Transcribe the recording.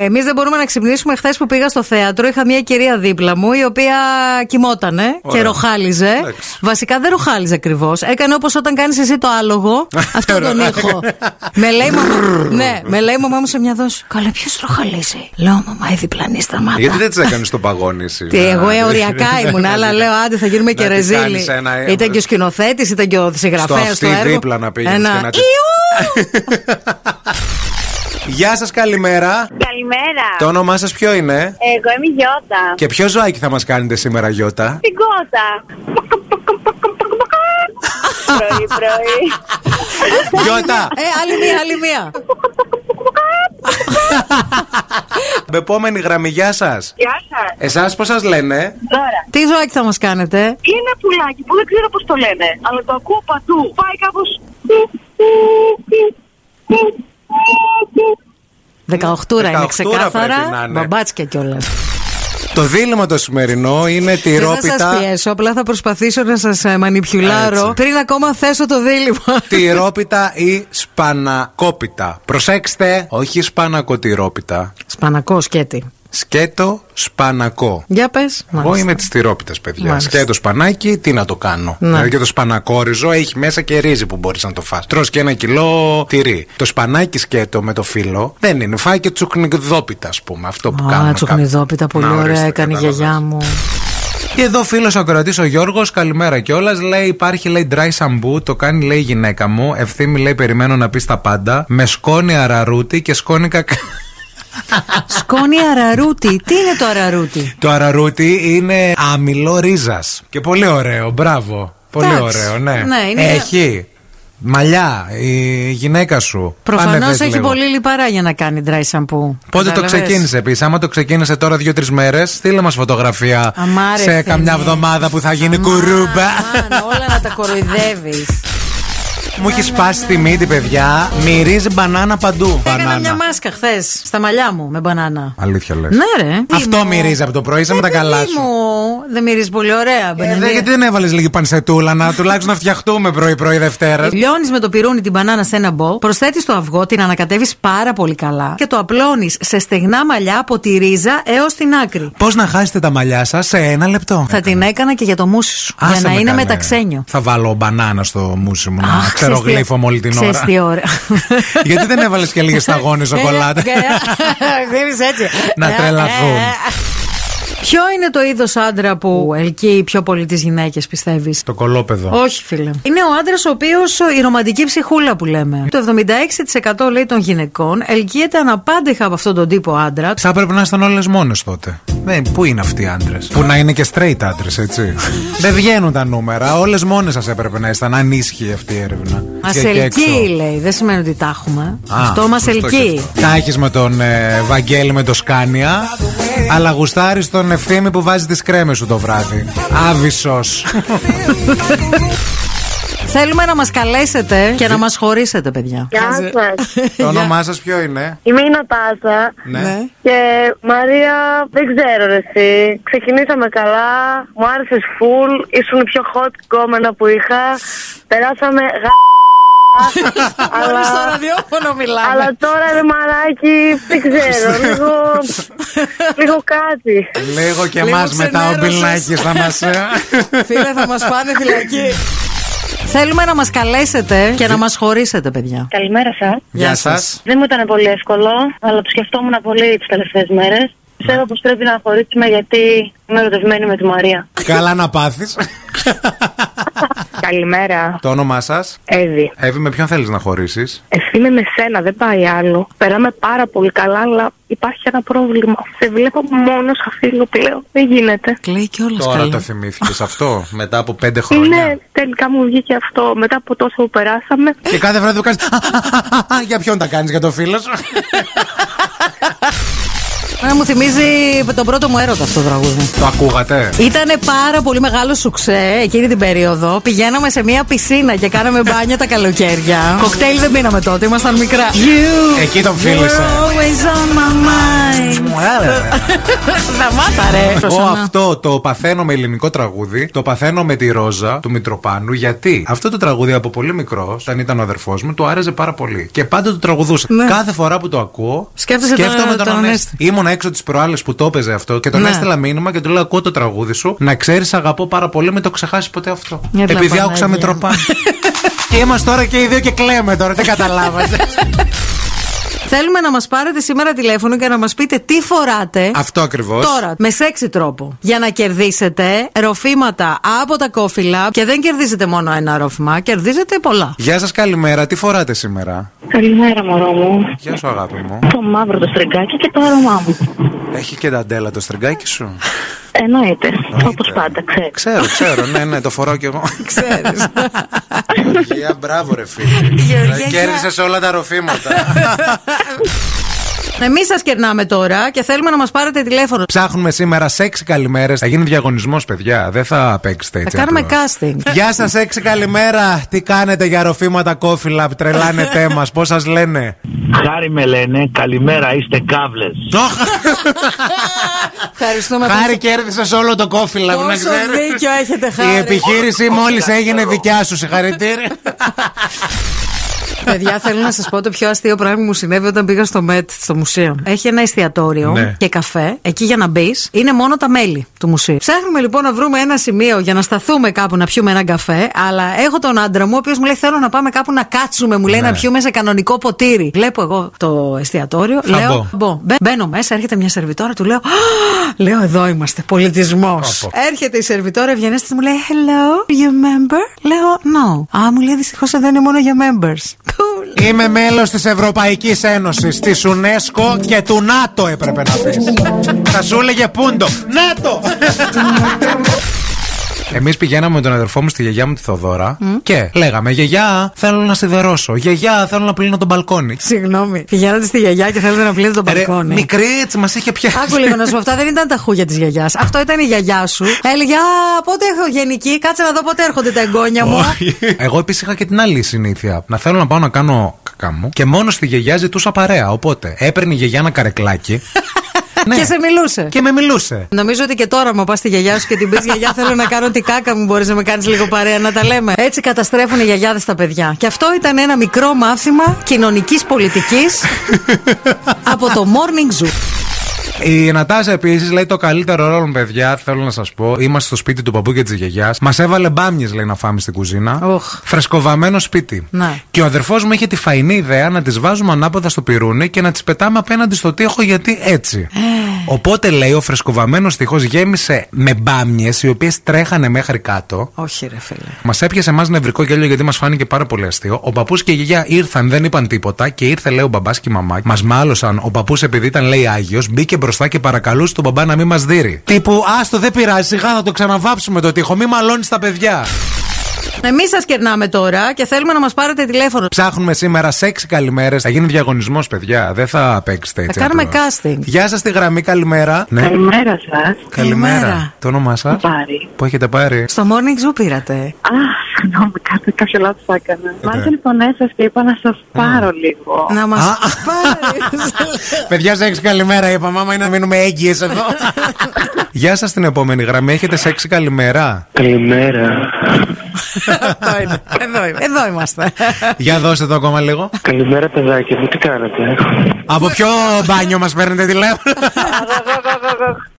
Εμείς δεν μπορούμε να ξυπνήσουμε. Χθες που πήγα στο θέατρο, είχα μια κυρία δίπλα μου, η οποία κοιμότανε Ωραία. και ροχάλιζε. Εντάξει. Βασικά δεν ροχάλιζε ακριβώς. Έκανε όπως όταν κάνεις εσύ το άλογο, αυτόν τον ήχο. με, λέει η μαμά, ναι, με λέει η μαμά μου σε μια δόση. Καλά, ποιο ροχαλίζει. Λέω, μαμά, η διπλανή σταμάτα. Γιατί δεν τη έκανε τον παγόνι εσύ. Τι, εγώ ωριακά ήμουν, αλλά λέω άντε θα γίνουμε και ρεζίλη. Ήταν και ο σκηνοθέτη, ήταν και ο συγγραφέα αυτή του έργου. δίπλα να πήγαινες Ένα και να της- «Ιου!» Γεια σας, καλημέρα. Καλημέρα. Το όνομά σας ποιο είναι. Εγώ είμαι η Γιώτα. Και ποιο ζωάκι θα μας κάνετε σήμερα, Γιώτα. Την κότα. πρωί, πρωί. Γιώτα, Ε, άλλη μία, άλλη μία. επόμενη γραμμή, γεια σας. Γεια σας. Εσάς πώς σας λένε. Τώρα, Τι ζωάκι θα μας κάνετε. είναι ένα πουλάκι που δεν ξέρω πώς το λένε, αλλά το ακούω παντού. Πάει κάπως. 18 είναι 18 πρέπει να ξεκάθαρα. είναι. Μπαμπάτσια κιόλας. Το δίλημα το σημερινό είναι τη Δεν θα σα ρόπιτα. πιέσω, απλά θα προσπαθήσω να σας μανιπιουλάρω Έτσι. πριν ακόμα θέσω το δίλημα. Τη ρόπιτα ή σπανακόπιτα. Προσέξτε, όχι σπανακοτηρόπιτα. Σπανακό σκέτη. Σκέτο σπανακό. Για πες. Εγώ είμαι της τυρόπιτας, παιδιά. Μάλιστα. Σκέτο σπανάκι, τι να το κάνω. Ναι. Δηλαδή και το σπανακόριζο έχει μέσα και ρύζι που μπορείς να το φας Τρως και ένα κιλό τυρί. Το σπανάκι σκέτο με το φύλλο δεν είναι. Φάει και τσουκνιδόπιτα, ας πούμε. Αυτό που κάνουμε. Α, τσουχνιδόπιτα, κάποιοι. πολύ Να, ορίστε, ωραία έκανε η κατάλαβες. γιαγιά μου. Και εδώ φίλος ακροατής ο Γιώργος, καλημέρα κιόλας. Λέει: Υπάρχει λέει dry shampoo, το κάνει λέει η γυναίκα μου. Ευθύμη λέει: Περιμένω να πεις τα πάντα. Με σκόνη αραρούτη και σκόνη κακά. Σκόνη αραρούτη. Τι είναι το αραρούτη. Το αραρούτι είναι άμυλο ρίζας. Και πολύ ωραίο, μπράβο. Πολύ Εντάξει. ωραίο, ναι. Ναι, είναι- Έχει. Μαλλιά, η γυναίκα σου. Πάνε Προφανώς δες έχει λίγο. πολύ λιπαρά για να κάνει dry shampoo. Πότε το Κατάλαβες? ξεκίνησε επίση. Άμα το ξεκίνησε τώρα δύο-τρει μέρες, στείλε μας φωτογραφία Αμά, ρε, σε καμιά Θέμη. εβδομάδα που θα γίνει ναι. Αμάν, κουρούμπα. αμάν, όλα να τα κοροϊδεύεις. Μου έχει σπάσει τη μύτη, παιδιά. Μυρίζει μπανάνα παντού. Έκανα μια μάσκα χθες στα μαλλιά μου με μπανάνα. Αλήθεια λες. Ναι, ρε. Αυτό μυρίζει από το πρωί, είσαι με τα Ε, Παιδί καλά σου. μου, δεν μυρίζει πολύ ωραία. Ε, μπανανία. δε, γιατί δεν έβαλες λίγη πανσετούλα να τουλάχιστον να φτιαχτούμε πρωί-πρωί Δευτέρας. Λιώνεις με το πυρούνι την μπανάνα σε ένα μπολ, προσθέτεις το αυγό, την ανακατεύεις πάρα πολύ καλά και το απλώνεις σε στεγνά μαλλιά από τη ρίζα έως την άκρη. Πώς να χάσετε τα μαλλιά σας σε ένα λεπτό. Θα την έκανα και για το μουσι σου. Ε, Άσε για να με είναι καλέ. μεταξένιο. Θα βάλω μπανάνα στο μουσί μου να Αχ, ξέρω ξέρεις τι- γλύφω μου όλη την ξέρεις ώρα. τι Ε, ώρα. Γιατί δεν έβαλες και λίγες σταγόνες σοκολάτα. Ξέρει ε, έτσι. Ε, Να τρελαθούν. Ποιο είναι το είδος άντρα που ελκύει πιο πολύ τις γυναίκες, πιστεύεις. Το κολόπεδο. Όχι, φίλε. Είναι ο άντρας ο οποίος η ρομαντική ψυχούλα που λέμε. Το 76% λέει των γυναικών ελκύεται αναπάντεχα από αυτόν τον τύπο άντρα. Θα έπρεπε να ήσταν όλες μόνες τότε. Ναι, πού είναι αυτοί οι άντρες. Που να είναι και straight άντρες, έτσι. δεν βγαίνουν τα νούμερα. Όλες μόνες σας έπρεπε να ήσταν αν ίσχυε αυτή η έρευνα. Μας Και εκεί ελκύει, έξω. λέει. Δεν σημαίνει ότι τα έχουμε. Α, αυτό μας σωστό και ελκύει. αυτό. Τα έχεις με τον ε, Βαγγέλη με το Σκάνια, αλλά γουστάρεις τον ευθύμη που βάζει τις κρέμες σου το βράδυ. Άβυσο. Θέλουμε να μας καλέσετε και να μας χωρίσετε, παιδιά. Γεια σας. το όνομά σας ποιο είναι. Ναι. Είμαι η Νατάσα. Ναι. Και Μαρία, δεν ξέρω ρε εσύ. Ξεκινήσαμε καλά, μου άρεσες φουλ, ήσουν πιο hot κόμμενα που είχα. Περάσαμε γα... Μόλις στο αλλά, ραδιόφωνο μιλάμε. αλλά τώρα ρε μαράκι, δεν ξέρω. λίγο, λίγο κάτι. Λίγο και Λίγο εμάς μετά ο ξενέρωσες. Μπιλνάκη θα ε, μα. Φίλε, θα μας πάνε φυλακή. Θέλουμε να μας καλέσετε και να μας χωρίσετε, παιδιά. Καλημέρα σας. Γεια σα. Δεν μου ήταν πολύ εύκολο, αλλά το σκεφτόμουν πολύ τις τελευταίες μέρες. Ξέρω πως πρέπει να χωρίσουμε γιατί είμαι ερωτευμένη με τη Μαρία. Καλά να πάθεις. Καλημέρα, το όνομά σας. Εύη. Εύη, με ποιον θέλεις να χωρίσει. Ευθύνη με σένα, δεν πάει άλλο. Περάμε πάρα πολύ καλά, αλλά υπάρχει ένα πρόβλημα. Σε βλέπω μόνος σαν φίλο πλέον. Δεν γίνεται. Κλαίει κιόλας Τώρα καλά. το θυμήθηκες αυτό, μετά από πέντε χρόνια. Ναι, τελικά μου βγήκε αυτό. Μετά από τόσο που περάσαμε, και κάθε βράδυ που κάνει. για ποιον τα κάνεις, για το φίλο σου. Εμένα μου θυμίζει τον πρώτο μου έρωτα αυτό το τραγούδι. το ακούγατε. Ήτανε πάρα πολύ μεγάλο σουξέ εκείνη την περίοδο. Πηγαίναμε σε μία πισίνα και κάναμε μπάνια τα καλοκαίρια. Κοκτέιλ δεν πίναμε τότε, ήμασταν μικρά. You Εκεί τον φίλησε. were always on my mind. ρε. Σταμάτα ρε. Εγώ αυτό το παθαίνω με ελληνικό τραγούδι, το παθαίνω με τη Ρόζα του Μητροπάνου, γιατί αυτό το τραγούδι από πολύ μικρός, όταν ήταν ο αδερφός μου, του άρεσε πάρα πολύ. Και πάντα το τραγουδούσε. Ναι. Κάθε φορά που το ακούω, Σκέφτεσαι σκέφτομαι τον- τον, τον Ανέστη. Ανέστη. Ήμουν έξω τις προάλλες που το έπαιζε αυτό και τον Ναι. έστειλα μήνυμα και του λέω: Ακούω το τραγούδι σου, να ξέρεις, αγαπώ πάρα πολύ, μην το ξεχάσεις ποτέ αυτό. Έλα, Επειδή Παναγία άκουσα μου. Μητροπάνου. και είμαστε τώρα και οι δύο και κλαίμε τώρα, δεν καταλάβατε. Θέλουμε να μας πάρετε σήμερα τηλέφωνο και να μας πείτε τι φοράτε. αυτό ακριβώς. Τώρα, με σεξι τρόπο. Για να κερδίσετε ροφήματα από τα κόφυλα και δεν κερδίζετε μόνο ένα ρόφημα, κερδίζετε πολλά. Γεια σας, καλημέρα. Τι φοράτε σήμερα. Καλημέρα, μωρό μου. Γεια σου, αγάπη μου. Το μαύρο το στριγκάκι και το άρωμά μου. Έχει και ταντέλα το στριγκάκι σου. Εννοείται. Όπως πάντα, ξέρει. Ξέρω, ξέρω, ναι, ναι, το φοράω κι εγώ. Ξέρεις. Γεια, μπράβο, ρε φίλε. Γεωργία, γεια. Κέρδισε όλα τα ροφήματα. Εμεί σας κερνάμε τώρα και θέλουμε να μας πάρετε τηλέφωνο. Ψάχνουμε σήμερα σεξ καλημέρες. Θα γίνει διαγωνισμός, παιδιά. Δεν θα παίξετε έτσι. Θα κάνουμε απλά. casting. Γεια σας, έξι καλημέρα. Τι κάνετε για ροφήματα κόφυλα, τρελάνετε μας, πώς σας λένε. Χάρη με λένε, καλημέρα, είστε κάβλες. Ευχαριστούμε Χάρη κέρδισες όλο το κόφυλα, Πόσο να ξέρεις. δίκιο έχετε, Χάρη. Η επιχείρηση μόλι έγινε δικιά σου, συγχαρητήρια. Παιδιά, θέλω να σας πω το πιο αστείο πράγμα που μου συνέβη όταν πήγα στο ΜΕΤ, στο μουσείο. Έχει ένα εστιατόριο Ναι. και καφέ. Εκεί για να μπεις είναι μόνο τα μέλη του μουσείου. Ψάχνουμε λοιπόν να βρούμε ένα σημείο για να σταθούμε κάπου να πιούμε έναν καφέ. Αλλά έχω τον άντρα μου, ο οποίος μου λέει: Θέλω να πάμε κάπου να κάτσουμε. Μου Ναι. λέει να πιούμε σε κανονικό ποτήρι. Βλέπω εγώ το εστιατόριο. Θα λέω: μπω. μπω. Μπε- Μπαίνω μέσα, έρχεται μια σερβιτόρα, του λέω: «Α, Λέω, εδώ είμαστε. Πολιτισμός. Όπο. Έρχεται η σερβιτόρα, ευγενέστη μου λέει Hello, you member? Λέω No. Α, μου λέει δυστυχώς εδώ είναι μόνο για members. Cool. Είμαι μέλος της Ευρωπαϊκής Ένωσης, της UNESCO και του ΝΑΤΟ, έπρεπε να πεις. Θα σου έλεγε πούντο. ΝΑΤΟ! Εμείς πηγαίναμε με τον αδερφό μου στη γιαγιά μου τη Θοδώρα και λέγαμε: Γιαγιά, θέλω να σιδερώσω. Γιαγιά, θέλω να πλύνω τον μπαλκόνι. Ε, Συγγνώμη. Πηγαίνατε στη γιαγιά και θέλετε να πλύνετε τον Ρε, μπαλκόνι. μικρή έτσι μας είχε πιάσει. Άκου λίγο να σου πω, αυτά δεν ήταν τα χούγια της γιαγιάς. Αυτό ήταν η γιαγιά σου. Έλεγε Α, πότε έχω γενική, κάτσε να δω πότε έρχονται τα εγγόνια μου. Εγώ επίσης είχα και την άλλη συνήθεια. Να θέλω να πάω να κάνω κακά μου και μόνο στη γιαγιά ζητούσα παρέα. Οπότε έπαιρνε η γιαγιά ένα καρεκλάκι. Ναι. Και σε μιλούσε. Και με μιλούσε. Νομίζω ότι και τώρα, μου πας στη γιαγιά σου και την πεις: Γιαγιά, θέλω να κάνω την κάκα μου. Μπορείς να με κάνεις λίγο παρέα, να τα λέμε. Έτσι καταστρέφουν οι γιαγιάδες τα παιδιά. Και αυτό ήταν ένα μικρό μάθημα κοινωνικής πολιτικής από το Morning Zoo. Η Νατάσα επίσης λέει το καλύτερο ρόλο, παιδιά. Θέλω να σας πω. Είμαστε στο σπίτι του παππού και της γιαγιάς. Μας έβαλε μπάμιες, λέει, να φάμε στην κουζίνα. Οχ. Φρεσκοβαμένο σπίτι. Ναι. Και ο αδερφός μου είχε τη φαϊνή ιδέα να τις βάζουμε ανάποδα στο πυρούνι και να τις πετάμε απέναντι στο τοίχο γιατί έτσι. Οπότε λέει ο φρεσκοβαμένο τοίχο γέμισε με μπάμιες οι οποίες τρέχανε μέχρι κάτω. Όχι, ρε φίλε. Μας έπιασε εμάς νευρικό γέλιο γιατί μας φάνηκε πάρα πολύ αστείο. Ο παππούς και η γιαγιά ήρθαν, δεν είπαν τίποτα και ήρθε, λέει, ο μπαμπάς και η μαμά. Μας μάλωσαν. Ο παππούς, επειδή ήταν, λέει, Άγιος, μπήκε μπροστά και παρακαλούσε τον μπαμπά να μην μας δείρει. Τύπου, άστο, δεν πειράζει, σιγά θα το ξαναβάψουμε το τείχο, μη μαλώνεις τα παιδιά. Εμεί σας κερνάμε τώρα και θέλουμε να μας πάρετε τηλέφωνο. Ψάχνουμε σήμερα σεξ καλημέρες. Θα γίνει διαγωνισμός, παιδιά. Δεν θα παίξετε έτσι. κάνουμε απλά. casting. Γεια σας τη γραμμή, καλημέρα. Ναι, Καλημέρα σας. Καλημέρα. Το όνομά σας. Πάρη. Που έχετε πάρει. Στο Morning Zoo πήρατε. Α, συγγνώμη, κάτι, κάποιο λάθος έκανα. Μάλιστα λοιπόν έσαι και είπα να σας πάρω λίγο. Να μας Α. πάρεις. Παιδιά, σεξ καλημέρα, είπα. Μάμα είναι να μείνουμε έγκυες εδώ. Γεια σας την επόμενη γραμμή. Έχετε σεξ καλημέρα. Καλημέρα. Αυτό είναι. Εδώ είμαι. Εδώ είμαστε. Για δώστε το ακόμα λίγο. Καλημέρα, παιδάκια μου. Τι κάνετε. Από ποιο μπάνιο μας παίρνετε τηλέφωνο.